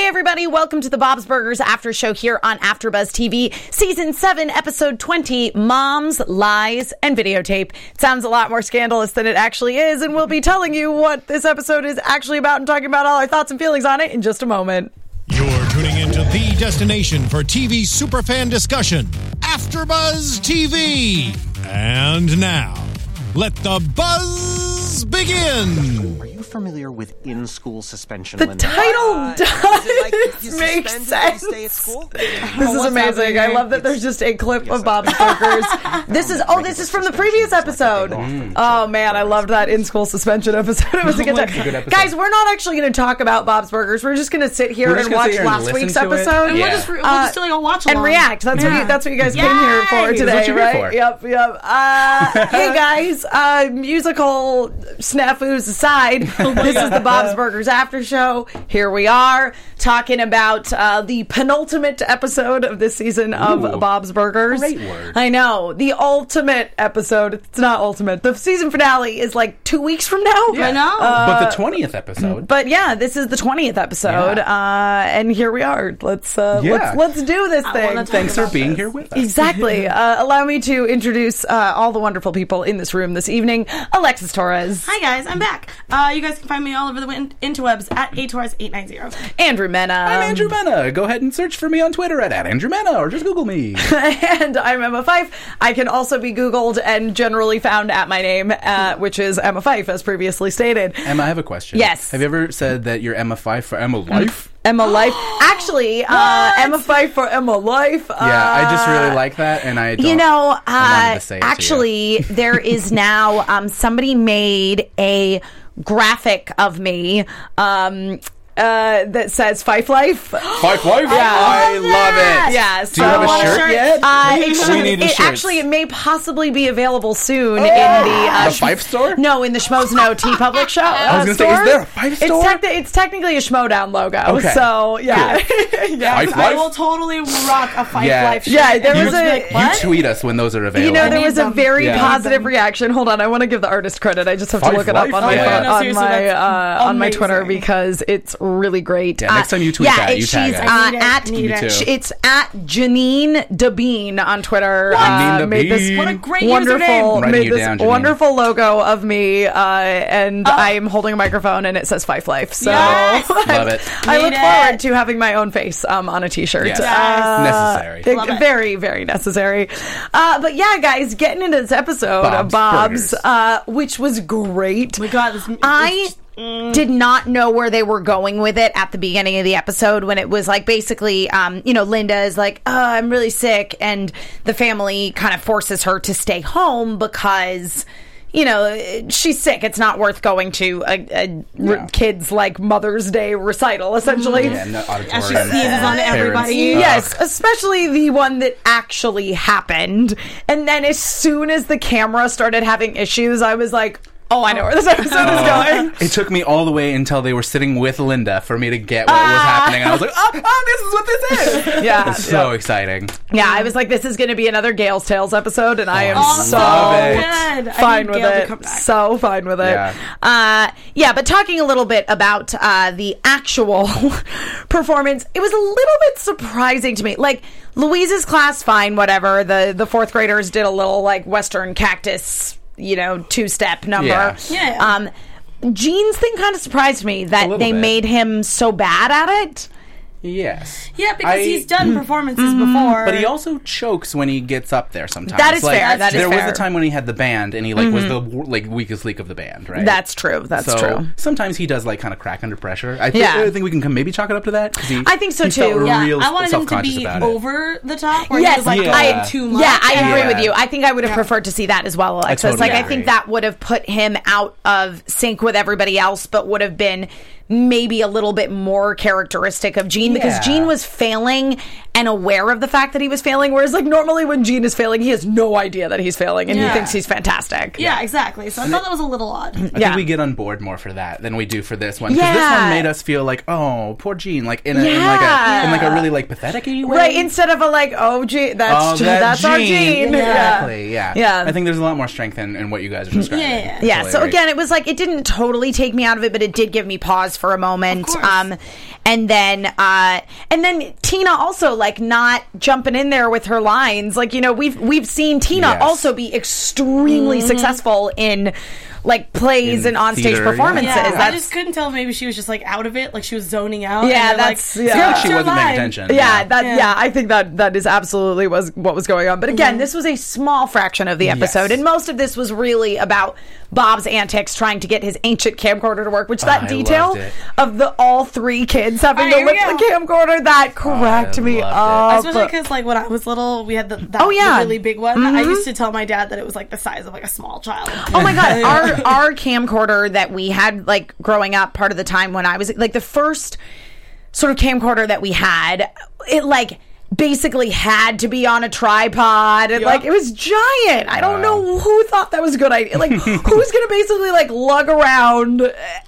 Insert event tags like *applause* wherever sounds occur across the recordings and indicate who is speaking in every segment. Speaker 1: everybody. Welcome to the Bob's Burgers After Show here on AfterBuzz TV, Season 7, Episode 20, Moms, Lies, and Videotape. It sounds a lot more scandalous than it actually is, and we'll be telling you what this episode is actually about and talking about all our thoughts and feelings on it in just a moment.
Speaker 2: You're tuning into the destination for TV superfan discussion, AfterBuzz TV. And now, let the buzz begin.
Speaker 3: Are you familiar with in-school suspension?
Speaker 1: The
Speaker 3: Linda?
Speaker 1: title does
Speaker 4: like if you
Speaker 1: make
Speaker 4: suspended,
Speaker 1: sense.
Speaker 4: You stay at school.
Speaker 1: *laughs* This is amazing. I love that there's just a clip of Bob's Burgers.
Speaker 5: *laughs*
Speaker 1: this is oh, this is from the previous episode. Oh man, I loved that in school suspension episode. *laughs* It was a good time.
Speaker 5: good episode.
Speaker 1: Guys, we're not actually going to talk about Bob's Burgers. We're just going to sit here
Speaker 5: We're just
Speaker 1: and watch
Speaker 5: gonna sit here and
Speaker 1: last
Speaker 5: listen
Speaker 1: week's
Speaker 5: to it.
Speaker 1: episode. Uh,
Speaker 5: And
Speaker 6: We'll just, we'll just do like a watch along.
Speaker 1: and react. That's what you, that's what you guys came here for
Speaker 6: Yay!
Speaker 1: today,
Speaker 5: That's what you're here
Speaker 1: right?
Speaker 5: for.
Speaker 1: Yep, yep.
Speaker 5: *laughs*
Speaker 1: Uh, hey guys, uh, musical snafus
Speaker 5: *laughs*
Speaker 1: aside,
Speaker 5: Oh
Speaker 1: this is the Bob's Burgers after show. Here we are talking about uh, the penultimate episode of this season of
Speaker 5: Ooh.
Speaker 1: Bob's Burgers.
Speaker 5: Great word.
Speaker 1: I know the ultimate episode. It's not ultimate. The season finale is like two weeks from now. Uh,
Speaker 6: I know.
Speaker 5: but the twentieth episode.
Speaker 1: But yeah, this is the twentieth episode,
Speaker 5: Yeah.
Speaker 1: uh, and here we are. Let's uh,
Speaker 5: Yeah.
Speaker 1: let's let's do this thing.
Speaker 6: wanna talk
Speaker 5: Thanks for being here with us. *laughs*
Speaker 1: Exactly. Uh, allow me to introduce uh, all the wonderful people in this room this evening. Alexis Torres,
Speaker 6: Hi guys, I'm back. Uh, you guys can find me all over the win- interwebs at atorres890.
Speaker 1: Andrew Mena,
Speaker 5: I'm Andrew
Speaker 1: um,
Speaker 5: Mena. Go ahead and search for me on Twitter at, at Andrew Mena or just
Speaker 1: *laughs*
Speaker 5: Google me.
Speaker 1: and I'm Emma Fife. I can also be Googled and generally found at my name,
Speaker 5: *laughs*
Speaker 1: uh, which is Emma Fife, as previously stated.
Speaker 5: Emma, I have a question.
Speaker 1: Yes. Mm.
Speaker 5: Have you ever said that you're Emma Five for Emma Life?
Speaker 1: Emma
Speaker 5: *gasps*
Speaker 1: Life, actually, uh, Emma Fife for Emma Life. Uh,
Speaker 5: yeah, I just really like that, and I don't,
Speaker 1: You know,
Speaker 5: I wanted
Speaker 1: uh,
Speaker 5: to say it to you.
Speaker 1: actually, there
Speaker 5: *laughs*
Speaker 1: is now um, somebody made a graphic of me um, uh, that says Fife
Speaker 5: *gasps*
Speaker 1: Life. *gasps*
Speaker 5: Five Life. I love it.
Speaker 1: Yeah,
Speaker 5: Do you have
Speaker 1: so-
Speaker 5: a shirt, yet?
Speaker 1: Uh, it
Speaker 5: We
Speaker 1: should,
Speaker 5: need a
Speaker 1: it
Speaker 5: shirt.
Speaker 1: actually, it may possibly be available soon in the uh,
Speaker 5: Oh. The Fife store?
Speaker 1: No, in the Schmoes No Tea
Speaker 5: *laughs*
Speaker 1: Public Show. I
Speaker 5: was gonna say, is there a Fife store?
Speaker 1: It's, tec- it's technically a Schmodown logo.
Speaker 5: Okay.
Speaker 1: So yeah, *laughs* yeah,
Speaker 5: Fife
Speaker 6: I will
Speaker 5: Life.
Speaker 6: totally rock a fight
Speaker 5: Yeah.
Speaker 6: life.
Speaker 1: yeah. There
Speaker 5: You,
Speaker 1: was a.
Speaker 5: you tweet us when those are available.
Speaker 1: You know, there
Speaker 6: need
Speaker 1: was a
Speaker 6: them.
Speaker 1: very
Speaker 5: Yeah.
Speaker 1: positive reaction. Hold on, I want to give the artist credit. I just have to
Speaker 5: Five
Speaker 1: look it up on
Speaker 5: Life?
Speaker 1: my
Speaker 5: Oh, yeah,
Speaker 1: phone-
Speaker 6: no,
Speaker 1: on
Speaker 6: seriously,
Speaker 1: my
Speaker 6: that's
Speaker 1: uh, on my Twitter
Speaker 6: amazing.
Speaker 1: because it's really great.
Speaker 5: Yeah, next
Speaker 1: Uh,
Speaker 5: time you tweet
Speaker 1: yeah,
Speaker 5: that,
Speaker 1: it-
Speaker 5: you
Speaker 1: she's
Speaker 5: tag us.
Speaker 1: uh,
Speaker 6: Need it,
Speaker 1: at
Speaker 6: need
Speaker 5: Me
Speaker 6: it.
Speaker 5: too.
Speaker 1: It's at Janine Dabine on Twitter. Uh,
Speaker 5: Janine
Speaker 1: made this
Speaker 5: Dabine. What a
Speaker 6: great
Speaker 1: wonderful
Speaker 6: username.
Speaker 5: Writing
Speaker 1: made
Speaker 5: you
Speaker 1: this
Speaker 5: down, Janine.
Speaker 1: wonderful logo of me, uh, and I am holding a microphone, and it says Fife Life. So
Speaker 6: Oh. Yes.
Speaker 5: Love it.
Speaker 1: *laughs* I
Speaker 6: Need
Speaker 1: look
Speaker 6: it.
Speaker 1: forward to having my own face um, on a T-shirt.
Speaker 5: Yes.
Speaker 1: Uh,
Speaker 5: Necessary.
Speaker 1: it-
Speaker 6: Love it.
Speaker 1: very, very necessary. Uh, but yeah, guys, getting into this episode of Bob's,
Speaker 5: Bob's Burgers.
Speaker 1: uh, which was great.
Speaker 6: my God, this-
Speaker 1: I
Speaker 6: it's- mm.
Speaker 1: did not know where they were going with it at the beginning of the episode when it was like basically, um, you know, Linda is like, oh, I'm really sick. And the family kind of forces her to stay home because. You know, she's sick. It's not worth going to a, a re-
Speaker 5: Yeah.
Speaker 1: kids like Mother's Day recital, essentially.
Speaker 5: Yeah, in the auditorium.
Speaker 6: she sneezes on everybody.
Speaker 1: Yes, especially the one that actually happened. And then as soon as the camera started having issues, I was like, oh, I know where this episode is going.
Speaker 5: *laughs* It took me all the way until they were sitting with Linda for me to get what
Speaker 1: Uh,
Speaker 5: was happening. I was like, oh, oh this is
Speaker 1: *laughs*
Speaker 5: what this is.
Speaker 1: Yeah.
Speaker 5: It's so exciting.
Speaker 1: Yeah, I was like, this is going to be another Gale's Tales episode, and I am
Speaker 6: Oh,
Speaker 1: so
Speaker 5: love it.
Speaker 6: good. I
Speaker 1: fine
Speaker 6: need
Speaker 1: with
Speaker 6: Gail to
Speaker 1: it.
Speaker 6: come back.
Speaker 1: So fine with it.
Speaker 5: Yeah.
Speaker 1: Uh, yeah, but talking a little bit about uh, the actual *laughs* performance, it was a little bit surprising to me. Like Louise's class, fine, whatever. The the fourth graders did a little like Western cactus, you know, two step number.
Speaker 5: Yeah.
Speaker 6: Yeah.
Speaker 1: Um, Gene's thing kind of surprised me that
Speaker 5: little
Speaker 1: they
Speaker 5: bit.
Speaker 1: made him so bad at it.
Speaker 5: Yes.
Speaker 6: yeah, because
Speaker 5: I-
Speaker 6: he's
Speaker 1: Mm-hmm.
Speaker 6: done performances before.
Speaker 5: But he also chokes when he gets up there sometimes.
Speaker 1: That is
Speaker 5: like,
Speaker 1: fair, that is
Speaker 5: there
Speaker 1: fair. Mm-hmm.
Speaker 5: was a time when he had the band and he like was the w- like weakest link of the band, right?
Speaker 1: That's true. That's
Speaker 5: so
Speaker 1: true.
Speaker 5: sometimes he does like kind of crack under pressure. I think,
Speaker 1: Yeah.
Speaker 5: I think we can come maybe chalk it up to that. 'cause he-
Speaker 1: I think so
Speaker 5: he felt
Speaker 1: too.
Speaker 6: yeah,
Speaker 5: real
Speaker 6: I wanted him to
Speaker 5: self-conscious
Speaker 6: be
Speaker 5: about it.
Speaker 6: over the top. Where
Speaker 1: Yes,
Speaker 6: he was like
Speaker 5: Yeah.
Speaker 6: going
Speaker 5: I-
Speaker 6: too much.
Speaker 1: Yeah, I agree
Speaker 5: Yeah.
Speaker 1: with you. I think I would have preferred to see that as well, Alexis.
Speaker 5: totally
Speaker 1: like, I
Speaker 5: agree.
Speaker 1: think that would have put him out of sync with everybody else, but would have been maybe a little bit more characteristic of Gene because
Speaker 5: Yeah.
Speaker 1: Gene was failing and aware of the fact that he was failing. Whereas, like, normally when Gene is failing, he has no idea that he's failing and he
Speaker 6: Yeah.
Speaker 1: thinks he's fantastic.
Speaker 6: Yeah, exactly. So I thought that was a little odd.
Speaker 5: I
Speaker 1: Yeah.
Speaker 5: think we get on board more for that than we do for this one. Because this
Speaker 1: Yeah.
Speaker 5: one made us feel like, oh, poor Gene, like in, a, in like
Speaker 1: Yeah.
Speaker 5: a in like a really like pathetic way.
Speaker 1: Right, instead of a like, oh, Gene,
Speaker 5: Oh,
Speaker 1: that's,
Speaker 5: that
Speaker 1: that's our
Speaker 5: Gene.
Speaker 1: Gene.
Speaker 5: Exactly. Yeah.
Speaker 1: Yeah.
Speaker 5: I think there's a lot more strength in, in what you guys are describing.
Speaker 6: Yeah, yeah, yeah.
Speaker 5: I
Speaker 1: Yeah.
Speaker 5: totally
Speaker 1: So
Speaker 5: agree.
Speaker 1: again, it was like it didn't totally take me out of it, but it did give me pause for a moment.
Speaker 6: Of course.
Speaker 1: um and then uh and then Tina also like not jumping in there with her lines. Like, you know, we've we've seen Tina
Speaker 5: Yes.
Speaker 1: also be extremely
Speaker 6: Mm-hmm.
Speaker 1: successful in like plays
Speaker 5: In
Speaker 1: and on stage
Speaker 5: theater, yeah.
Speaker 1: performances.
Speaker 5: Yeah.
Speaker 1: That's
Speaker 6: I just couldn't tell if maybe she was just like out of it, like she was zoning out.
Speaker 1: Yeah,
Speaker 6: and they're
Speaker 1: that's-
Speaker 6: like,
Speaker 1: yeah.
Speaker 6: "Screw
Speaker 1: I think
Speaker 6: it,
Speaker 5: she
Speaker 6: you're
Speaker 5: wasn't paying
Speaker 6: alive."
Speaker 5: attention.
Speaker 1: yeah, that yeah.
Speaker 6: Yeah.
Speaker 1: I think that that is absolutely was what was going on. But again, this was a small fraction of the episode,
Speaker 5: Yes.
Speaker 1: and most of this was really about Bob's antics trying to get his ancient camcorder to work. Which that
Speaker 5: I
Speaker 1: detail
Speaker 5: loved it.
Speaker 1: of the all three kids having
Speaker 6: All
Speaker 1: to
Speaker 6: right,
Speaker 1: lick
Speaker 6: here we
Speaker 1: the camcorder that cracked
Speaker 5: I
Speaker 1: me
Speaker 5: loved it.
Speaker 1: up.
Speaker 6: Especially because, like, when I was little, we had the, that,
Speaker 1: Oh, yeah. Mm-hmm.
Speaker 6: the really big one. I used to tell my dad that it was like the size of like a small child.
Speaker 1: Oh my god, our our camcorder that we had like growing up part of the time when I was like the first sort of camcorder that we had, it like basically had to be on a tripod and like it was giant. I don't know who thought that was a good idea. Like who's going to basically like lug around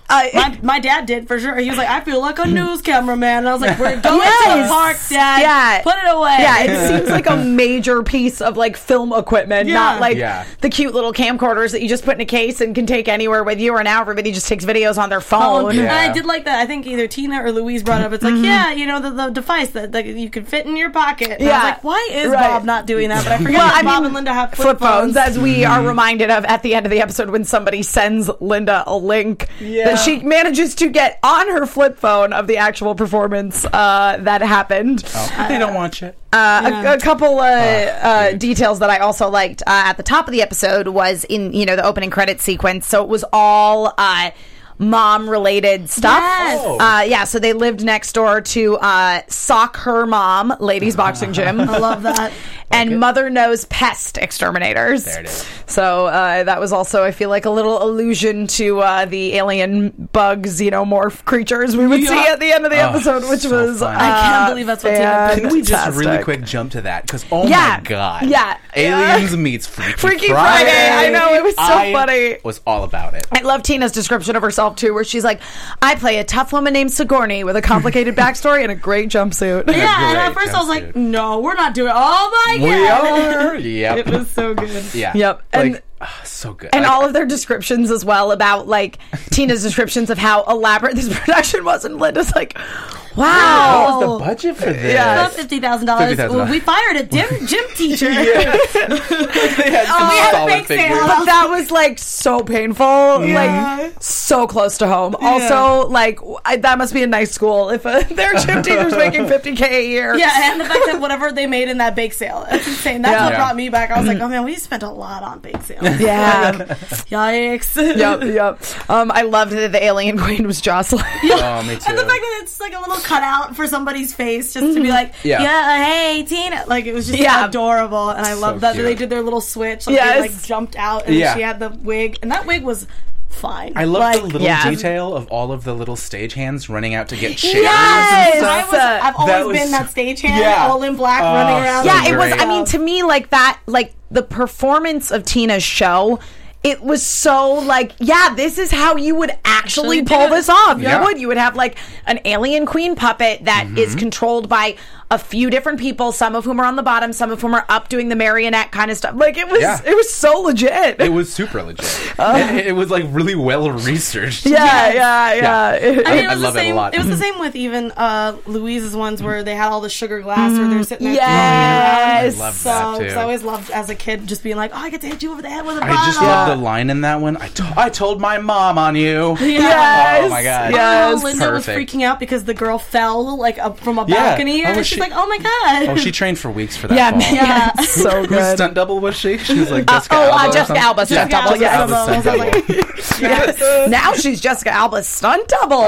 Speaker 1: uh,
Speaker 6: my, my dad did for sure. He was like, I feel like a news cameraman. And I was like, We're going to
Speaker 1: Mm. Yes.
Speaker 6: the park, Dad.
Speaker 1: Yeah.
Speaker 6: Put it away.
Speaker 1: Yeah, it seems like a major piece of like film equipment,
Speaker 6: Yeah.
Speaker 1: not like
Speaker 5: Yeah.
Speaker 1: the cute little camcorders that you just put in a case and can take anywhere with you. Or now everybody just takes videos on their
Speaker 6: Oh,
Speaker 1: phone.
Speaker 6: And
Speaker 5: Yeah.
Speaker 6: I did like that. I think either Tina or Louise brought up. It's like,
Speaker 1: Mm-hmm.
Speaker 6: yeah, you know, the, the device that like, you can fit in your pocket. And I
Speaker 1: Yeah.
Speaker 6: was like, why is
Speaker 1: Right.
Speaker 6: Bob not doing that? But I forget
Speaker 1: Well,
Speaker 6: that
Speaker 1: I
Speaker 6: Bob
Speaker 1: mean,
Speaker 6: and Linda have
Speaker 1: flip phones, as we
Speaker 5: Mm-hmm.
Speaker 1: are reminded of at the end of the episode when somebody sends Linda a link
Speaker 6: Yeah.
Speaker 1: that she manages to get on her flip phone of the actual performance uh, that happened.
Speaker 5: they don't watch it.
Speaker 1: Uh, a, a couple
Speaker 5: Ah,
Speaker 1: uh, uh, details that I also liked uh, at the top of the episode was in you know the opening credit sequence, so it was all. Uh, Mom related stuff.
Speaker 6: Yes.
Speaker 5: Oh.
Speaker 1: Uh, yeah, so they lived next door to uh, Sock Her Mom, Ladies Boxing
Speaker 5: *laughs*
Speaker 1: Gym.
Speaker 6: I love that.
Speaker 1: and Mother Knows Pest Exterminators.
Speaker 5: There it is.
Speaker 1: So uh, that was also, I feel like, a little allusion to uh, the alien bug xenomorph creatures we would see
Speaker 6: Yeah.
Speaker 1: at the end of the
Speaker 5: Oh,
Speaker 1: episode, which
Speaker 5: so
Speaker 1: was.
Speaker 5: fun.
Speaker 1: uh,
Speaker 5: I
Speaker 6: can't believe that's what Tina picked.
Speaker 5: Can we just really
Speaker 1: fantastic.
Speaker 5: quick jump to that? Because oh
Speaker 1: Yeah.
Speaker 5: my god,
Speaker 1: Yeah.
Speaker 5: aliens meets Freaky,
Speaker 1: *laughs* Freaky
Speaker 5: Friday.
Speaker 1: Friday. I know, it was so
Speaker 5: I
Speaker 1: funny.
Speaker 5: Was all about it.
Speaker 1: I love Tina's description of herself too, where she's like, "I play a tough woman named Sigourney with a *laughs* complicated backstory and a great jumpsuit."
Speaker 6: Yeah, and at
Speaker 5: great
Speaker 6: first I was
Speaker 5: jumpsuit.
Speaker 6: like, no, we're not doing Oh my
Speaker 5: We
Speaker 6: God.
Speaker 5: are. Yep.
Speaker 6: *laughs* It was so good.
Speaker 5: yeah.
Speaker 1: Yep,
Speaker 5: Like,
Speaker 1: and-
Speaker 5: ah, so good.
Speaker 1: and
Speaker 5: Like,
Speaker 1: all of their descriptions as well about like Tina's descriptions of how elaborate this *laughs* production was, and Linda's like, "Wow,
Speaker 5: what was the budget for this?
Speaker 1: Yeah.
Speaker 6: About fifty thousand dollars.
Speaker 5: $50,000.
Speaker 6: We fired a dim, gym
Speaker 5: *laughs*
Speaker 6: teacher.
Speaker 5: they had some
Speaker 1: we had a
Speaker 5: solid
Speaker 6: bake sale.
Speaker 5: figures. *laughs*
Speaker 1: but that was like so painful, like so close to home. Also, like I, that must be a nice school if uh, *laughs* their gym teacher's making fifty k a year.
Speaker 6: Yeah, and the fact that whatever they made in that bake sale, that's insane. That's
Speaker 1: Yeah.
Speaker 6: what
Speaker 5: Yeah. Mm.
Speaker 6: brought me back. I was like, oh man, we spent a lot on
Speaker 5: *laughs*
Speaker 6: bake sales.
Speaker 1: yeah,
Speaker 6: Yikes. *laughs*
Speaker 1: yep, yep. Um, I loved that the alien *laughs* queen was Jocelyn.
Speaker 5: Oh, me too. Mm-hmm.
Speaker 6: And the fact that it's like a little cutout for somebody's face just to be like,
Speaker 5: Yeah.
Speaker 6: yeah, hey, Tina. Like, it was just
Speaker 1: Yeah.
Speaker 6: adorable. And I love that
Speaker 5: cute.
Speaker 6: they did their little switch. Like,
Speaker 1: Yes.
Speaker 6: they like jumped out and
Speaker 5: Yeah.
Speaker 6: she had the wig. And that wig was fine.
Speaker 5: I love
Speaker 6: like,
Speaker 5: the little
Speaker 1: yeah.
Speaker 5: detail of all of the little stagehands running out to get chairs.
Speaker 1: Yes!
Speaker 5: And
Speaker 6: I
Speaker 5: stuff.
Speaker 6: was, I've always
Speaker 5: was-
Speaker 6: been that stagehand,
Speaker 5: Yeah.
Speaker 6: all in black,
Speaker 5: Oh,
Speaker 6: running around.
Speaker 1: yeah, it was.
Speaker 5: great.
Speaker 1: I mean, to me, like that, like the performance of Tina's show. It was so like, yeah, this is how you would actually
Speaker 6: Actually
Speaker 1: pull
Speaker 6: do it.
Speaker 1: this off.
Speaker 5: Yeah. Mm-hmm.
Speaker 1: You would. You would have like an alien queen puppet that is controlled by a few different people, some of whom are on the bottom, some of whom are up doing the marionette kind of stuff. Like it was,
Speaker 5: Yeah.
Speaker 1: it was so legit.
Speaker 5: It was super legit. it, it was like really well
Speaker 1: *laughs*
Speaker 5: researched.
Speaker 1: Oh. yeah, yeah, yeah, It-
Speaker 6: I, mean,
Speaker 5: I
Speaker 6: it was
Speaker 5: love it
Speaker 6: the
Speaker 5: a
Speaker 6: same,
Speaker 5: lot.
Speaker 6: was the same with even uh, Louise's ones where they had all the sugar glass where they're sitting there.
Speaker 1: yes.
Speaker 5: I love
Speaker 6: So,
Speaker 5: that too.
Speaker 6: 'cause I always loved as a kid just being like, oh, I get to hit you over the head with a
Speaker 5: I just
Speaker 6: bottle.
Speaker 5: love the line in that one. I, to- I told my mom on you.
Speaker 1: Yes.
Speaker 5: Oh my god.
Speaker 1: Yes.
Speaker 6: Oh, Linda
Speaker 5: Perfect.
Speaker 6: was freaking out because the girl fell like up from a
Speaker 5: Yeah.
Speaker 6: balcony,
Speaker 5: Oh,
Speaker 6: and
Speaker 5: was
Speaker 6: she's
Speaker 5: she-
Speaker 6: like, "Oh my god!"
Speaker 5: Oh, she trained for weeks for that.
Speaker 1: yeah,
Speaker 5: fall.
Speaker 1: man,
Speaker 6: Yeah.
Speaker 1: it's *laughs* so
Speaker 5: Whose
Speaker 1: good.
Speaker 5: stunt double was she? She was like Jessica
Speaker 1: oh, uh,
Speaker 5: Alba. or
Speaker 1: Jessica
Speaker 5: something?
Speaker 1: Alba's stunt
Speaker 6: Jessica
Speaker 1: double.
Speaker 6: Alba's
Speaker 1: Yes.
Speaker 6: stunt double.
Speaker 5: Alba's
Speaker 6: I was
Speaker 5: stunt double. *laughs*
Speaker 1: *laughs* Yes. now she's Jessica Alba's stunt double.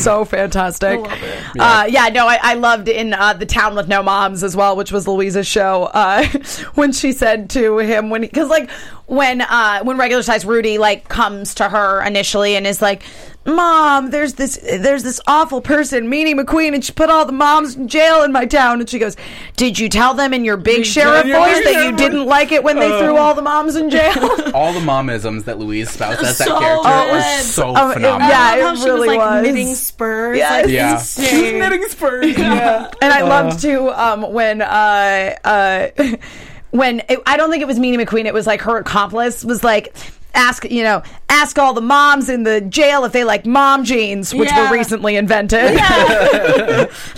Speaker 1: *laughs* so fantastic.
Speaker 6: I love it.
Speaker 1: Uh, yeah, no, I, I loved in uh, the town with no moms as well, which was Louisa's show. Uh, *laughs* when she said to him when because like when uh, when regular size Rudy like comes to her initially and is like. mom there's this there's this awful person meanie mcqueen and she put all the moms in jail in my town and she goes did you tell them in your big sheriff
Speaker 5: your
Speaker 1: voice
Speaker 5: big
Speaker 1: that
Speaker 5: sheriff
Speaker 1: you
Speaker 5: voice."
Speaker 1: didn't like it when they threw all the moms in jail
Speaker 5: All the momisms that Louise spouts as that
Speaker 6: So
Speaker 5: character
Speaker 6: good.
Speaker 5: are
Speaker 6: Oh,
Speaker 5: so
Speaker 1: it-
Speaker 5: phenomenal.
Speaker 1: yeah.
Speaker 6: *laughs* I love
Speaker 1: it
Speaker 6: how she was
Speaker 1: really
Speaker 6: like
Speaker 1: was.
Speaker 6: knitting spurs.
Speaker 1: Yes.
Speaker 6: Like,
Speaker 5: Yeah.
Speaker 6: insane.
Speaker 5: spurs. Yeah.
Speaker 1: And I loved too um, when uh, uh, *laughs* when it, I don't think it was Meanie McQueen. It was like her accomplice was like ask you know ask all the moms in the jail if they like mom jeans, which
Speaker 6: Yeah.
Speaker 1: were recently invented. *laughs*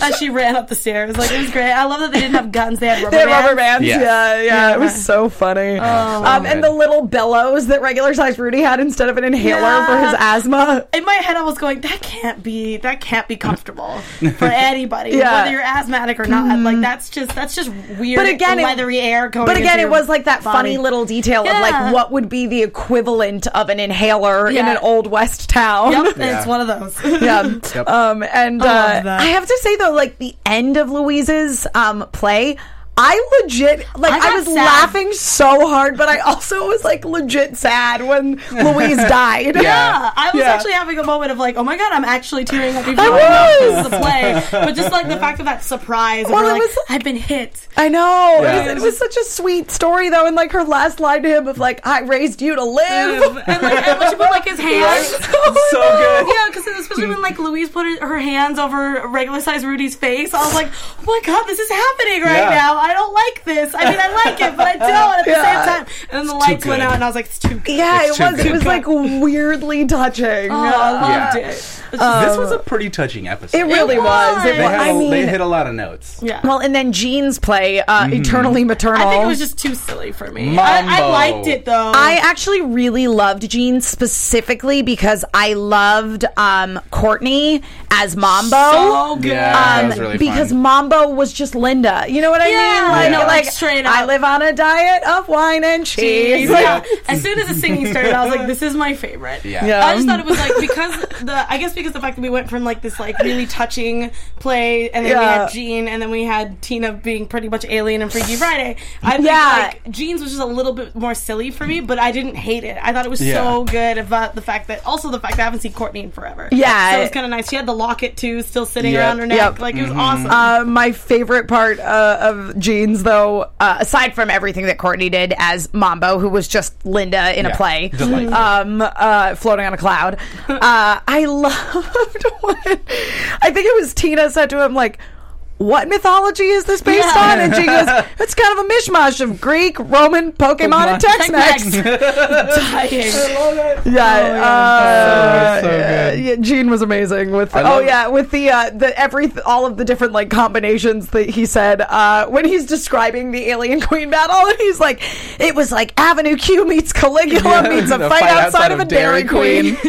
Speaker 6: As she ran up the stairs, like it was great. I love that they didn't have guns; they had rubber Oh.
Speaker 1: They had
Speaker 6: bands.
Speaker 1: rubber bands.
Speaker 5: Yes.
Speaker 1: Yeah, yeah, It was so funny. um,
Speaker 5: so
Speaker 1: and
Speaker 5: good.
Speaker 1: the little bellows that regular size Rudy had instead of an inhaler for his
Speaker 6: Yeah.
Speaker 1: asthma.
Speaker 6: In my head, I was going, "That can't be. That can't be comfortable
Speaker 1: *laughs*
Speaker 6: for anybody,
Speaker 1: Yeah. Mm.
Speaker 6: whether you're asthmatic or not. Like that's just that's just weird.
Speaker 1: But again, it-
Speaker 6: leathery air going.
Speaker 1: But
Speaker 6: into
Speaker 1: again,
Speaker 6: your
Speaker 1: it was like that
Speaker 6: body.
Speaker 1: funny little detail of
Speaker 6: Yeah.
Speaker 1: like what would be the equivalent of an inhaler in
Speaker 6: Yeah.
Speaker 1: an old west town. *laughs*
Speaker 6: Yep,
Speaker 5: Yeah.
Speaker 6: it's one of those.
Speaker 1: yeah.
Speaker 5: Yep.
Speaker 1: Um, and
Speaker 6: I love
Speaker 1: uh,
Speaker 6: that.
Speaker 1: I have to say though, like the end of Louise's um, play. I legit like
Speaker 6: I
Speaker 1: I,
Speaker 6: got
Speaker 1: was
Speaker 6: sad.
Speaker 1: laughing so hard, but I also was like legit sad
Speaker 6: *laughs*
Speaker 1: when Louise died.
Speaker 5: Yeah.
Speaker 6: *laughs* Yeah, I was
Speaker 1: Yeah.
Speaker 6: actually having a moment of like, oh my god, I'm actually
Speaker 1: *laughs*
Speaker 6: tearing up. Even
Speaker 1: I
Speaker 6: though I know
Speaker 1: was.
Speaker 6: this is a play, but just like the fact of that surprise.
Speaker 1: Well,
Speaker 6: Well,
Speaker 1: it
Speaker 6: like,
Speaker 1: was-
Speaker 6: I've been hit.
Speaker 1: *laughs* I know.
Speaker 5: Yeah.
Speaker 1: It, was, it was such a sweet story though, and like her last line to him of like, "I raised you to live."
Speaker 6: And like, and when she put
Speaker 5: *laughs*
Speaker 6: like his hands. *laughs*
Speaker 5: So good.
Speaker 6: Yeah, because especially when like Louise put her, her hands over regular size Rudy's face, I was like, "Oh my god, this is happening right
Speaker 5: Yeah.
Speaker 6: now. I don't like this. I mean, I like it, but I don't at the
Speaker 1: Yeah.
Speaker 6: same time." And then the lights went
Speaker 5: good.
Speaker 6: out, and I was like, "It's too
Speaker 1: *laughs*
Speaker 6: good."
Speaker 1: yeah, it
Speaker 5: It's too
Speaker 1: was. It
Speaker 5: good.
Speaker 1: was like weirdly touching.
Speaker 6: Oh, I loved
Speaker 5: Yeah. Um,
Speaker 6: it. It's just-
Speaker 5: this was a pretty touching episode.
Speaker 1: It really was. It
Speaker 5: They,
Speaker 1: was.
Speaker 5: had
Speaker 1: I
Speaker 5: a-
Speaker 1: mean,
Speaker 5: they hit a lot of notes.
Speaker 6: yeah.
Speaker 1: well, and then Jean's play, uh, "Eternally Maternal."
Speaker 6: Mm-hmm. I think it was just too silly for me.
Speaker 5: Mambo.
Speaker 6: I, I liked it though.
Speaker 1: I actually really loved Jean specifically because I loved um, Courtney as Mambo.
Speaker 6: so good.
Speaker 5: oh, Yeah, that
Speaker 1: um,
Speaker 5: was really
Speaker 1: because
Speaker 5: fun.
Speaker 1: Mambo was just Linda. You know what I
Speaker 6: Yeah,
Speaker 1: mean? Like,
Speaker 5: no,
Speaker 1: like,
Speaker 6: like, straight
Speaker 1: I
Speaker 6: up.
Speaker 1: live on a diet of wine and cheese.
Speaker 6: *laughs*
Speaker 1: *laughs*
Speaker 6: Yeah. As soon as the singing started, I was like, "This is my favorite."
Speaker 5: Yeah.
Speaker 1: Yeah.
Speaker 6: I just thought it
Speaker 5: *laughs*
Speaker 6: was like because the I guess because the fact that we went from like this like really touching play, and then we
Speaker 1: Yeah.
Speaker 6: had Jean, and then we had Tina being pretty much Alien
Speaker 5: *sighs*
Speaker 6: and Freaky Friday. I think
Speaker 1: Yeah.
Speaker 6: like Jean's was just a little bit more silly for me, but I didn't hate it. I thought it was
Speaker 5: Yeah.
Speaker 6: so good about the fact that also the fact that I haven't seen Courtney in forever.
Speaker 1: Yeah.
Speaker 6: so it was kind of nice. She had the locket too, still sitting
Speaker 5: Yep. Mm-hmm. Um,
Speaker 6: around her neck.
Speaker 1: Yep.
Speaker 6: Like it was awesome.
Speaker 1: Uh, my favorite part uh, of Jeans, though, uh, aside from everything that Courtney did as Mambo, who was just Linda in a
Speaker 5: Yeah.
Speaker 1: play,
Speaker 5: Delightful.
Speaker 1: um, uh, floating on a cloud, uh, I loved *laughs* when I think it was Tina said to him, like, what mythology is this based
Speaker 6: Yeah.
Speaker 1: on? And she goes, it's kind of a mishmash of Greek, Roman, Pokemon, and Tex Mex.
Speaker 6: *laughs*
Speaker 5: *laughs*
Speaker 6: Dying.
Speaker 1: Yeah, uh,
Speaker 5: So, so good.
Speaker 1: yeah, Gene was amazing with.
Speaker 5: I
Speaker 1: oh
Speaker 5: love-
Speaker 1: yeah, with the uh, the every all of the different like combinations that he said uh, when he's describing the alien *laughs* queen battle, and he's like, it was like Avenue Q meets Caligula meets a
Speaker 5: The
Speaker 1: fight, outside, of a Dairy, Queen. *laughs*
Speaker 5: *laughs*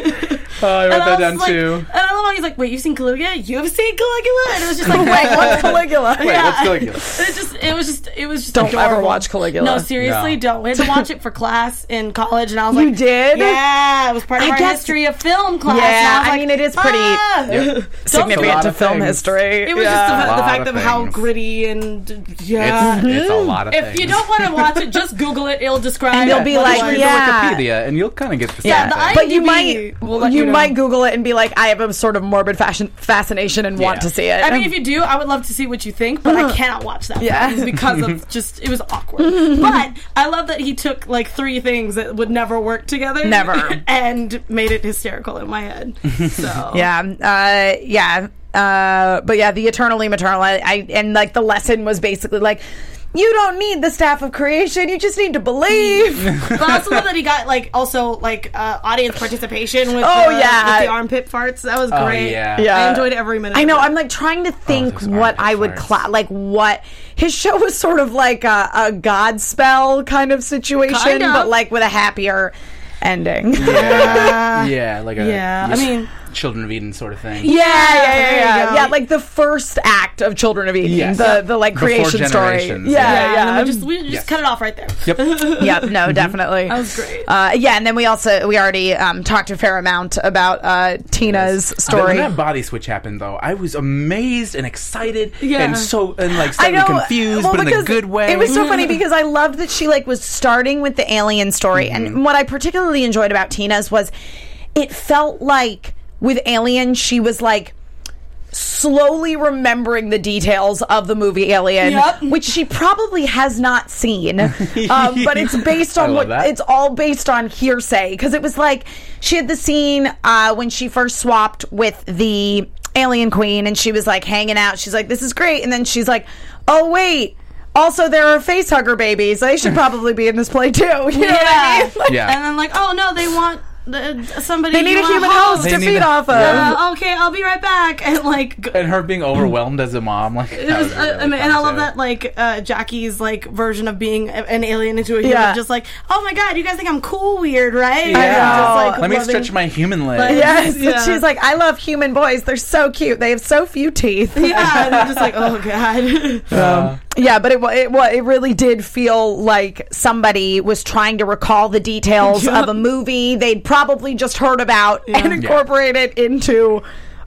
Speaker 5: oh, I wrote that
Speaker 6: And I
Speaker 5: down
Speaker 6: was like- *laughs*
Speaker 5: too.
Speaker 6: And I love how he's like, "Wait, you've seen Caligula? You have seen Caligula?" And it was just like,
Speaker 1: Wait,
Speaker 5: *laughs*
Speaker 1: what's Caligula?
Speaker 5: Wait,
Speaker 6: yeah.
Speaker 5: what's Caligula?
Speaker 6: *laughs* It just, it was just, it was just.
Speaker 1: Don't
Speaker 6: adorable.
Speaker 1: ever watch Caligula.
Speaker 6: No, seriously,
Speaker 5: No.
Speaker 6: don't. We had to watch it for class in college, and I was
Speaker 1: *laughs* You
Speaker 6: like,
Speaker 1: did?
Speaker 6: Yeah, it was part of
Speaker 1: I
Speaker 6: our
Speaker 1: guess-
Speaker 6: history of film class.
Speaker 1: Yeah,
Speaker 6: and was
Speaker 1: I
Speaker 6: like,
Speaker 1: mean, it is pretty
Speaker 6: ah!
Speaker 5: Yep. It's a
Speaker 1: Significant
Speaker 5: lot
Speaker 1: to
Speaker 5: of
Speaker 1: film
Speaker 5: things.
Speaker 1: history.
Speaker 6: It was
Speaker 1: Yeah.
Speaker 6: just the, the
Speaker 5: Lot
Speaker 6: fact
Speaker 5: of
Speaker 6: of, how
Speaker 5: things.
Speaker 6: gritty and yeah.
Speaker 5: It's, *laughs* it's a lot of things.
Speaker 6: if you don't want to watch it, just Google it. It'll describe.
Speaker 1: And you'll be
Speaker 6: what
Speaker 1: like,
Speaker 6: it was.
Speaker 5: Read the
Speaker 1: Yeah.
Speaker 5: Wikipedia, and you'll kind of get the same
Speaker 6: Yeah, the
Speaker 5: thing.
Speaker 6: I-
Speaker 1: But you
Speaker 6: IMDb
Speaker 1: might
Speaker 6: will let
Speaker 1: you,
Speaker 6: you know.
Speaker 1: might Google it and be like, I have a sort of morbid fashion fascination and want
Speaker 5: Yeah.
Speaker 1: to see it.
Speaker 6: I mean, if you do, I would love to see what you think, but I cannot watch
Speaker 1: Um,
Speaker 6: that.
Speaker 1: Uh-huh. Yeah.
Speaker 6: film because of
Speaker 1: *laughs*
Speaker 6: just it was awkward. but I love that he took like three things that would never work together,
Speaker 1: Never.
Speaker 6: *laughs* and made it hysterical in my
Speaker 1: *laughs*
Speaker 6: head. So
Speaker 1: Yeah, uh, yeah, uh, but yeah, the eternally maternal. I, I and like the lesson was basically like, you don't need the staff of creation. You just need to believe.
Speaker 6: but I also love that he got like also like uh, audience participation with
Speaker 1: Oh,
Speaker 6: the,
Speaker 1: yeah.
Speaker 6: with the armpit farts. That was
Speaker 5: Oh,
Speaker 6: great.
Speaker 5: yeah.
Speaker 1: Yeah.
Speaker 6: *laughs* I enjoyed every minute.
Speaker 1: I
Speaker 6: of
Speaker 1: know.
Speaker 6: it.
Speaker 1: I'm like trying to think
Speaker 5: those
Speaker 1: what
Speaker 5: aren't
Speaker 1: I would
Speaker 5: good
Speaker 1: cla- like what his show was sort of like a, a God spell kind of situation,
Speaker 6: Kind of.
Speaker 1: but like with a happier ending. Yeah,
Speaker 5: yeah, yeah, like a
Speaker 6: yeah, I mean-
Speaker 5: Children of Eden sort of thing.
Speaker 1: *laughs* yeah, yeah, yeah,
Speaker 6: there you
Speaker 1: yeah.
Speaker 6: go.
Speaker 1: like the first act of Children of Eden,
Speaker 5: Yes.
Speaker 1: the the like
Speaker 5: Before
Speaker 1: creation story. Yeah,
Speaker 5: Generations, yeah.
Speaker 1: yeah.
Speaker 6: yeah, and then we just we just
Speaker 5: Yes.
Speaker 6: cut it off right there. *laughs*
Speaker 5: Yep.
Speaker 1: yep. No, definitely. That
Speaker 6: Mm-hmm. was great.
Speaker 1: Uh, yeah, and then we also we already um, talked a fair amount about uh, Tina's
Speaker 5: When
Speaker 1: story.
Speaker 5: that body switch happened, though, I was amazed and excited
Speaker 6: Yeah.
Speaker 5: and so and like slightly confused,
Speaker 1: well,
Speaker 5: but in a
Speaker 1: because
Speaker 5: good way.
Speaker 1: It was so funny because I loved that she like was starting with
Speaker 5: Mm-hmm.
Speaker 1: the alien story, and what I particularly enjoyed about Tina's was it felt like with Alien, she was like slowly remembering the details of the movie Alien,
Speaker 6: Yep.
Speaker 1: which she probably has not
Speaker 5: *laughs*
Speaker 1: seen. um, but it's based
Speaker 5: I
Speaker 1: on what
Speaker 5: love that.
Speaker 1: it's all based on hearsay because it was like she had the scene uh, when she first swapped with the alien queen and she was like hanging out. She's like, "This is great," and then she's like, "Oh wait." Also, there are face hugger babies. They should probably be in this play too. *laughs* You know what I mean? Like,
Speaker 5: *laughs* Yeah.
Speaker 6: And then like, oh no, they want uh, somebody.
Speaker 1: they need
Speaker 6: you
Speaker 1: a
Speaker 6: want
Speaker 1: human host
Speaker 5: They
Speaker 1: to
Speaker 5: need
Speaker 1: feed
Speaker 5: a-
Speaker 1: off of.
Speaker 6: Uh, okay, I'll be right back. *laughs* And like, g-
Speaker 5: and her being overwhelmed as a mom, like
Speaker 6: it was, uh, I mean, and I love that like uh, Jackie's like version of being a- an alien into a human,
Speaker 1: Yeah.
Speaker 6: just like, oh my god, you guys think I'm cool, weird, right?
Speaker 5: Yeah.
Speaker 1: know.
Speaker 6: Just,
Speaker 5: Let me
Speaker 6: loving-
Speaker 5: stretch my human leg.
Speaker 6: Like-
Speaker 1: Yes.
Speaker 6: Yeah.
Speaker 1: She's like, I love human boys. They're so cute. They have so few teeth.
Speaker 5: *laughs*
Speaker 6: *laughs* Yeah, and I'm just like, oh god. *laughs*
Speaker 1: Yeah, but it wa- it wa- it really did feel like somebody was trying to recall the details of a movie they'd probably just heard about and incorporate it into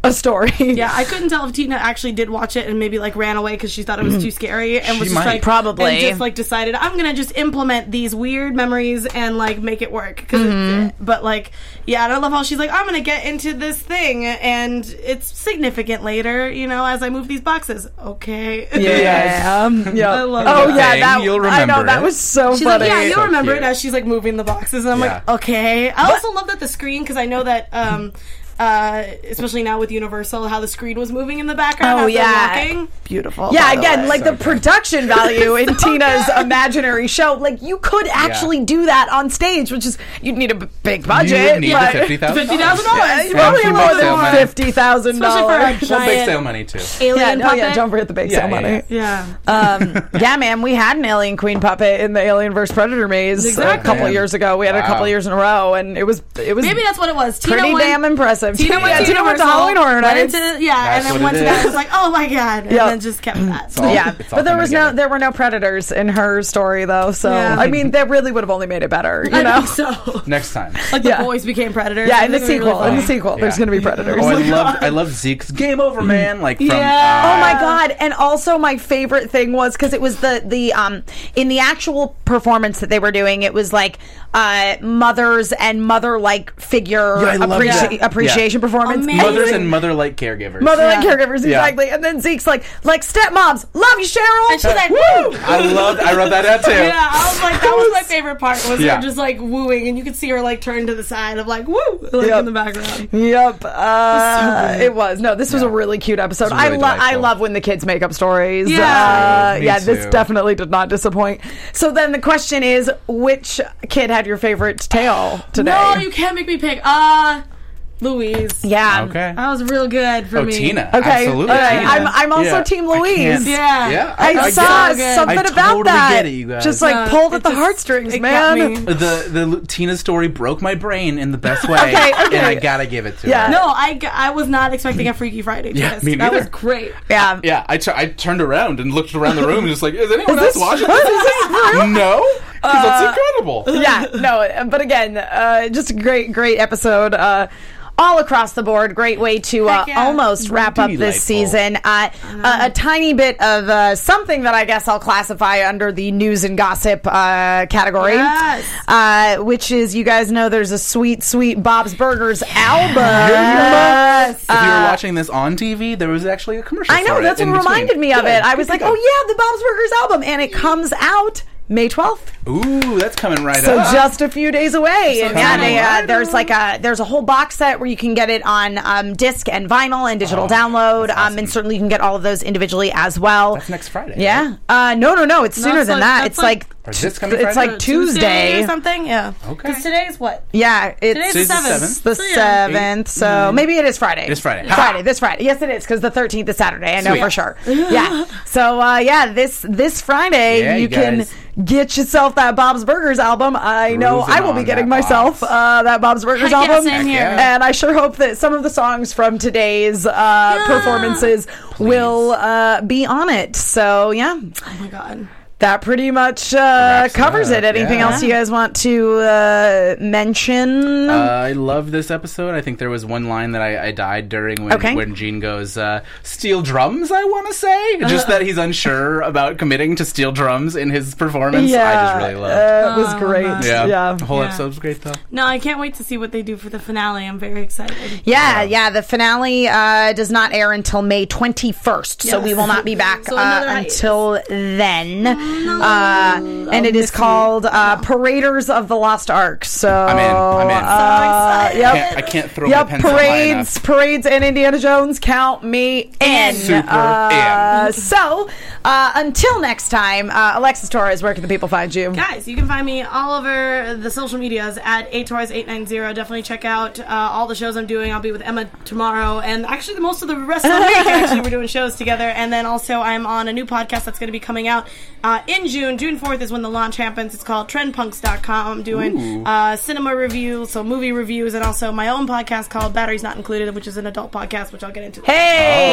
Speaker 1: a story.
Speaker 6: Yeah, I couldn't tell if Tina actually did watch it and maybe like ran away because she thought it was too scary and was just
Speaker 5: might.
Speaker 6: like
Speaker 1: Probably.
Speaker 6: and just like decided I'm gonna just implement these weird memories and like make it work. 'Cause
Speaker 1: Mm-hmm.
Speaker 6: it's- but like, yeah, and I love how she's like I'm gonna get into this thing and it's significant later, you know, as I move these boxes. Okay.
Speaker 1: *laughs* Yeah.
Speaker 5: *laughs*
Speaker 1: Um, yeah.
Speaker 6: I love
Speaker 1: oh
Speaker 6: that.
Speaker 1: yeah,
Speaker 5: Thing,
Speaker 1: that
Speaker 5: you'll
Speaker 1: I know
Speaker 5: remember
Speaker 1: that
Speaker 5: it.
Speaker 1: was so
Speaker 6: She's
Speaker 1: funny.
Speaker 6: like, yeah, you'll
Speaker 5: So
Speaker 6: remember
Speaker 5: cute.
Speaker 6: it as she's like moving the boxes. And I'm
Speaker 5: Yeah.
Speaker 6: like, okay. I also love that the screen because I know that, um, uh, especially now with Universal, how the screen was moving in the background.
Speaker 1: Oh,
Speaker 6: as they're
Speaker 1: yeah.
Speaker 6: walking.
Speaker 1: Beautiful.
Speaker 5: Oh,
Speaker 1: Yeah, again, like the production
Speaker 5: *laughs*
Speaker 1: value in Tina's imaginary show. Like you could actually do that on stage, which is you'd need a b- big
Speaker 5: You
Speaker 1: budget.
Speaker 5: would need
Speaker 1: but-
Speaker 5: the fifty thousand.
Speaker 6: $50,000.
Speaker 1: Yeah, you
Speaker 5: Yeah,
Speaker 1: probably
Speaker 5: she
Speaker 1: a little
Speaker 5: bought
Speaker 1: bit
Speaker 5: that
Speaker 1: more.
Speaker 5: money.
Speaker 1: Fifty thousand
Speaker 6: Especially for a
Speaker 1: dollars.
Speaker 5: Well, big
Speaker 6: giant
Speaker 5: sale money too.
Speaker 1: Yeah,
Speaker 6: alien
Speaker 1: no,
Speaker 6: puppet.
Speaker 1: yeah, don't forget the big
Speaker 5: Yeah,
Speaker 1: sale
Speaker 5: yeah,
Speaker 1: money.
Speaker 5: yeah.
Speaker 6: Yeah.
Speaker 1: Um,
Speaker 5: *laughs*
Speaker 1: yeah, man, we had an alien queen puppet in the Alien vs Predator maze a
Speaker 6: Exactly.
Speaker 1: couple
Speaker 5: Man.
Speaker 1: years ago. We had it a couple
Speaker 5: Wow.
Speaker 1: years in a row, and it was it was
Speaker 6: Maybe that's what it was. Tina
Speaker 1: pretty
Speaker 6: went-
Speaker 1: damn impressive.
Speaker 6: Tina went,
Speaker 1: yeah,
Speaker 6: to,
Speaker 1: Tina went to
Speaker 6: Universal,
Speaker 1: Halloween Horror
Speaker 6: went
Speaker 1: Nights.
Speaker 6: into- yeah,
Speaker 5: That's
Speaker 6: and
Speaker 5: what
Speaker 6: then once
Speaker 5: it
Speaker 6: that
Speaker 5: is.
Speaker 6: was like, oh my god, and
Speaker 1: Yeah.
Speaker 6: then just kept that.
Speaker 5: all-
Speaker 1: yeah,
Speaker 5: it's all
Speaker 1: but there
Speaker 5: coming
Speaker 1: was no
Speaker 5: together.
Speaker 1: there were no predators in her story though, so
Speaker 6: Yeah.
Speaker 1: I mean that really would have only made it better, *laughs* you
Speaker 6: I
Speaker 1: know.
Speaker 6: think *laughs* so.
Speaker 5: Next time.
Speaker 6: Like the
Speaker 1: Yeah.
Speaker 6: boys became predators.
Speaker 1: Yeah,
Speaker 6: It
Speaker 1: in the
Speaker 6: was gonna be
Speaker 1: sequel,
Speaker 6: really
Speaker 1: in the *laughs*
Speaker 6: funny.
Speaker 1: sequel, there's
Speaker 5: Oh, Yeah.
Speaker 1: going to be predators. *laughs*
Speaker 5: Oh, I love I love Zeke's Mm. game over, man. Like from
Speaker 6: Yeah.
Speaker 1: Oh my
Speaker 5: uh,
Speaker 1: god! And also, my favorite thing was because it was the the um in the actual performance that they were doing, it was like uh mothers and mother like figure
Speaker 5: Yeah, I love
Speaker 1: appreci-
Speaker 5: that. Yeah.
Speaker 1: appreciation performance.
Speaker 6: Amazing.
Speaker 5: mothers and mother like caregivers.
Speaker 1: Mother like
Speaker 6: Yeah.
Speaker 1: caregivers,
Speaker 5: Yeah.
Speaker 1: exactly. And then Zeke's like, like stepmoms, love you, Cheryl.
Speaker 6: And she's like,
Speaker 1: Woo!
Speaker 5: I love I wrote that out too.
Speaker 6: Yeah, I was like, that
Speaker 1: *laughs*
Speaker 6: was my favorite part. Was
Speaker 5: Yeah.
Speaker 6: her just like wooing, and you could see her like turn to the side of like woo, like
Speaker 1: Yep.
Speaker 6: in the background.
Speaker 1: Yep, uh, it was. No, this was a really cute episode. I
Speaker 5: really
Speaker 1: love, I
Speaker 5: delightful.
Speaker 1: love when the kids make up stories.
Speaker 6: Yeah.
Speaker 1: Uh,
Speaker 5: Me
Speaker 1: yeah, this
Speaker 5: too.
Speaker 1: definitely did not disappoint. So then the question is, which kid had your favorite tale today?
Speaker 6: No, you can't make me pick. Uh Louise.
Speaker 1: yeah.
Speaker 5: Okay.
Speaker 6: That was real good for
Speaker 5: oh
Speaker 6: me.
Speaker 5: Tina.
Speaker 1: Um, Okay.
Speaker 5: Absolutely.
Speaker 1: all right.
Speaker 5: Tina.
Speaker 1: I'm, I'm also
Speaker 5: Yeah.
Speaker 1: Team
Speaker 5: I can't-
Speaker 1: Louise.
Speaker 6: Yeah.
Speaker 5: Yeah.
Speaker 1: I,
Speaker 5: I
Speaker 1: saw
Speaker 5: get
Speaker 6: it.
Speaker 1: something
Speaker 5: I
Speaker 1: about
Speaker 5: totally
Speaker 1: that.
Speaker 5: get it, you guys.
Speaker 1: Just like
Speaker 6: Uh,
Speaker 1: pulled
Speaker 6: it
Speaker 1: at the
Speaker 6: just-
Speaker 1: heartstrings,
Speaker 6: it got
Speaker 1: man.
Speaker 6: me.
Speaker 5: the the Tina story broke my brain in
Speaker 1: *laughs*
Speaker 5: the best way.
Speaker 1: Okay, okay.
Speaker 5: And I gotta give it to
Speaker 1: Yeah. *laughs*
Speaker 5: her.
Speaker 6: No, I, g- I was not expecting a Freaky Friday twist.
Speaker 5: Yeah, me
Speaker 6: that was
Speaker 5: neither.
Speaker 6: great.
Speaker 1: Yeah.
Speaker 5: Yeah, I, tu- I turned around and looked around the room and just like, is anyone
Speaker 1: Is
Speaker 5: else
Speaker 1: this-
Speaker 5: watching?
Speaker 1: is this Uh, real?
Speaker 5: no, because that's incredible.
Speaker 1: yeah, no, but again, uh, just a great, great episode. Uh, all across the board, great way to uh,
Speaker 6: Heck yeah. Mm-hmm.
Speaker 1: almost wrap up this
Speaker 5: Mm-hmm. Delightful.
Speaker 1: season. Uh, a, a tiny bit of uh, something that I guess I'll classify under the news and gossip uh, category,
Speaker 6: Yes.
Speaker 1: uh, which is you guys know there's a sweet, sweet Bob's Burgers album.
Speaker 5: if you were watching this on TV, there was actually a commercial.
Speaker 1: Uh, I know
Speaker 5: for it
Speaker 1: that's what
Speaker 5: in between.
Speaker 1: reminded me of
Speaker 5: Good,
Speaker 1: it. I was
Speaker 5: good,
Speaker 1: like,
Speaker 5: good.
Speaker 1: oh yeah, the Bob's Burgers album, and it comes out May twelfth.
Speaker 5: Ooh, that's coming right
Speaker 1: So
Speaker 5: up.
Speaker 1: just a few days away, and yeah,
Speaker 5: coming
Speaker 1: they, uh,
Speaker 5: right
Speaker 1: there's like a there's a whole box set where you can get it on um, disc and vinyl and digital
Speaker 5: Oh,
Speaker 1: download, um, and certainly you can get all of those individually as well.
Speaker 5: That's next Friday,
Speaker 1: Yeah. Uh, no, no, no. It's sooner
Speaker 6: it's
Speaker 1: than
Speaker 6: like-
Speaker 1: that.
Speaker 6: that's
Speaker 1: It's like,
Speaker 5: Or this coming
Speaker 1: it's
Speaker 5: Friday?
Speaker 1: like
Speaker 6: Tuesday
Speaker 1: Tuesday.
Speaker 6: or something. Yeah. Okay. Because today's what?
Speaker 1: yeah, it's
Speaker 6: Today's the
Speaker 5: Today's the
Speaker 6: seventh.
Speaker 5: seventh.
Speaker 1: the
Speaker 6: So, yeah.
Speaker 1: seventh. So maybe it is Friday.
Speaker 5: It is Friday. Ha!
Speaker 1: Friday. This Friday. Yes, it is because the thirteenth is Saturday. I know
Speaker 5: Sweet.
Speaker 1: for
Speaker 6: *laughs*
Speaker 1: sure. Yeah. So uh, yeah, this this Friday
Speaker 5: Yeah,
Speaker 1: you
Speaker 5: you
Speaker 1: can
Speaker 5: guys.
Speaker 1: get yourself that Bob's Burgers album. I know
Speaker 5: Cruising
Speaker 1: I will be
Speaker 5: on
Speaker 1: getting
Speaker 5: that
Speaker 1: myself
Speaker 5: box.
Speaker 1: uh, that Bob's Burgers
Speaker 6: Heck yeah,
Speaker 1: album.
Speaker 6: same here.
Speaker 5: yeah.
Speaker 1: And I sure hope that some of the songs from today's uh, performances will uh, be on it. So yeah,
Speaker 6: Oh my god.
Speaker 1: that pretty much uh,
Speaker 5: it
Speaker 1: covers
Speaker 5: up,
Speaker 1: it. Anything
Speaker 5: yeah.
Speaker 1: else you guys want to uh, mention?
Speaker 5: Uh, I love this episode. I think there was one line that I, I died during when,
Speaker 1: Okay.
Speaker 5: when Gene goes, uh, steel drums, I want to say. Just that he's
Speaker 1: Uh-huh.
Speaker 5: unsure about committing to steel drums in his performance. I just really love
Speaker 1: uh, it was great. Yeah.
Speaker 5: yeah.
Speaker 1: yeah.
Speaker 5: The whole
Speaker 6: Yeah.
Speaker 5: episode was great, though.
Speaker 6: No, I can't wait to see what they do for the finale. I'm very excited.
Speaker 1: Yeah, the finale uh, does not air until May 21st, *laughs* so
Speaker 6: Yes.
Speaker 1: we will not be back
Speaker 6: So
Speaker 1: uh,
Speaker 6: another hiatus.
Speaker 1: until then. Uh, and it is called uh, Paraders of the Lost Ark. So
Speaker 5: I'm in. I'm in.
Speaker 1: Uh,
Speaker 6: So excited.
Speaker 1: yep.
Speaker 5: Can't- I can't throw
Speaker 1: yep,
Speaker 5: my pencil high
Speaker 1: parades,
Speaker 5: enough.
Speaker 1: parades, and Indiana Jones count me in.
Speaker 5: Super
Speaker 1: uh, So, uh, until next time, uh, Alexis Torres, where can the people find you?
Speaker 6: Guys, you can find me all over the social medias at 8torres890. Definitely check out uh, all the shows I'm doing. I'll be with Emma tomorrow, and actually, the most of the rest of the
Speaker 1: *laughs*
Speaker 6: week, actually, we're doing shows together. And then also, I'm on a new podcast that's going to be coming out uh, in June. June 4th is when the launch happens. It's called trendpunks.com. I'm doing uh, cinema reviews, so movie reviews, and also my own podcast called Batteries Not Included, which is an adult podcast, which I'll get into.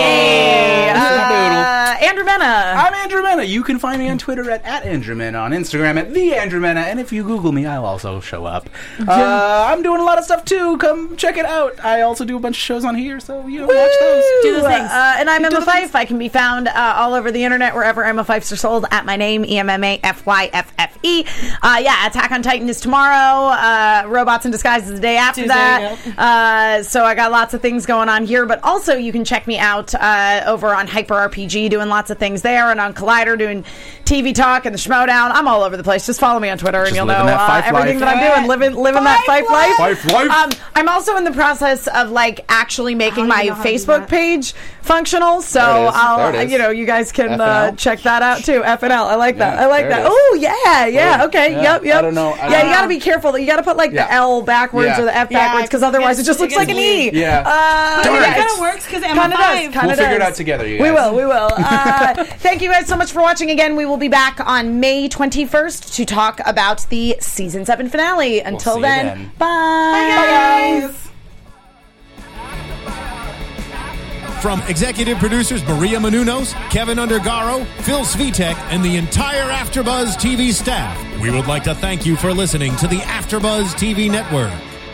Speaker 1: Hey! Uh, Andrew Mena.
Speaker 5: I'm Andrew Mena. You can find me on Twitter at, at Andrew Mena, on Instagram at the Andrew Mena, and if you Google me, I'll also show up. Uh, I'm doing a lot of stuff too. Come check it out. I also do a bunch of shows on here, so you know, watch those.
Speaker 6: Do the things.
Speaker 1: Uh, and I'm Emma Fife. I can be found uh, all over the internet wherever Emma Fifes are sold at my name, E M M A F Y F F E. Uh, yeah, Attack on Titan is tomorrow. Uh, Robots in Disguise is the day after
Speaker 6: Tuesday,
Speaker 1: that.
Speaker 6: yep.
Speaker 1: Uh, so I got lots of things going on here, but also you can check me out uh, over on Hyper RPG doing lots of things there and on Collider doing TV talk and the Schmodown. I'm all over the place. Just follow me on Twitter and
Speaker 5: Just
Speaker 1: you'll know
Speaker 5: living that
Speaker 1: uh,
Speaker 5: Fife
Speaker 1: everything
Speaker 5: life.
Speaker 1: that I'm doing. Living, living that
Speaker 6: Fife
Speaker 1: Fife life.
Speaker 5: Fife life.
Speaker 1: Um, I'm also in the process of like actually making
Speaker 6: don't
Speaker 1: my
Speaker 6: even know how to do
Speaker 1: Facebook
Speaker 6: that.
Speaker 1: page functional. So
Speaker 5: There it is.
Speaker 1: I'll, uh,
Speaker 5: There it is.
Speaker 1: you know, you guys can uh,
Speaker 5: FNL.
Speaker 1: check that out too. F and L. I like that.
Speaker 5: Yeah,
Speaker 1: I like
Speaker 5: there it
Speaker 1: that.
Speaker 5: is.
Speaker 1: Oh yeah, yeah.
Speaker 5: Yeah,
Speaker 1: Okay.
Speaker 5: yeah.
Speaker 1: Yep. Yep.
Speaker 5: I don't know. I
Speaker 1: yeah,
Speaker 5: don't
Speaker 1: you
Speaker 5: know.
Speaker 1: got to be careful. You got to put like the
Speaker 5: Yeah.
Speaker 1: L backwards
Speaker 5: Yeah.
Speaker 1: or the F
Speaker 6: Yeah,
Speaker 1: backwards because
Speaker 6: it
Speaker 1: otherwise it
Speaker 6: gets-
Speaker 1: just
Speaker 6: it
Speaker 1: looks like an
Speaker 6: gets
Speaker 1: E.
Speaker 6: weird.
Speaker 5: Yeah.
Speaker 1: Uh, yeah,
Speaker 5: Darn it.
Speaker 6: It
Speaker 1: it's-
Speaker 6: kind of works because Emma
Speaker 1: Kinda does,
Speaker 6: Five.
Speaker 1: kinda
Speaker 5: We'll figure it
Speaker 1: does.
Speaker 5: out together, you
Speaker 1: We
Speaker 5: guys.
Speaker 1: will. We will. Uh, *laughs* thank you guys so much for watching again. We will be back on May 21st to talk about the season seven finale. Until
Speaker 5: see you
Speaker 1: then,
Speaker 5: then.
Speaker 1: bye.
Speaker 6: Bye, guys.
Speaker 2: From executive producers Maria Manunos, Kevin Undergaro, Phil Svitek, and the entire AfterBuzz TV staff, we would like to thank you for listening to the AfterBuzz TV network.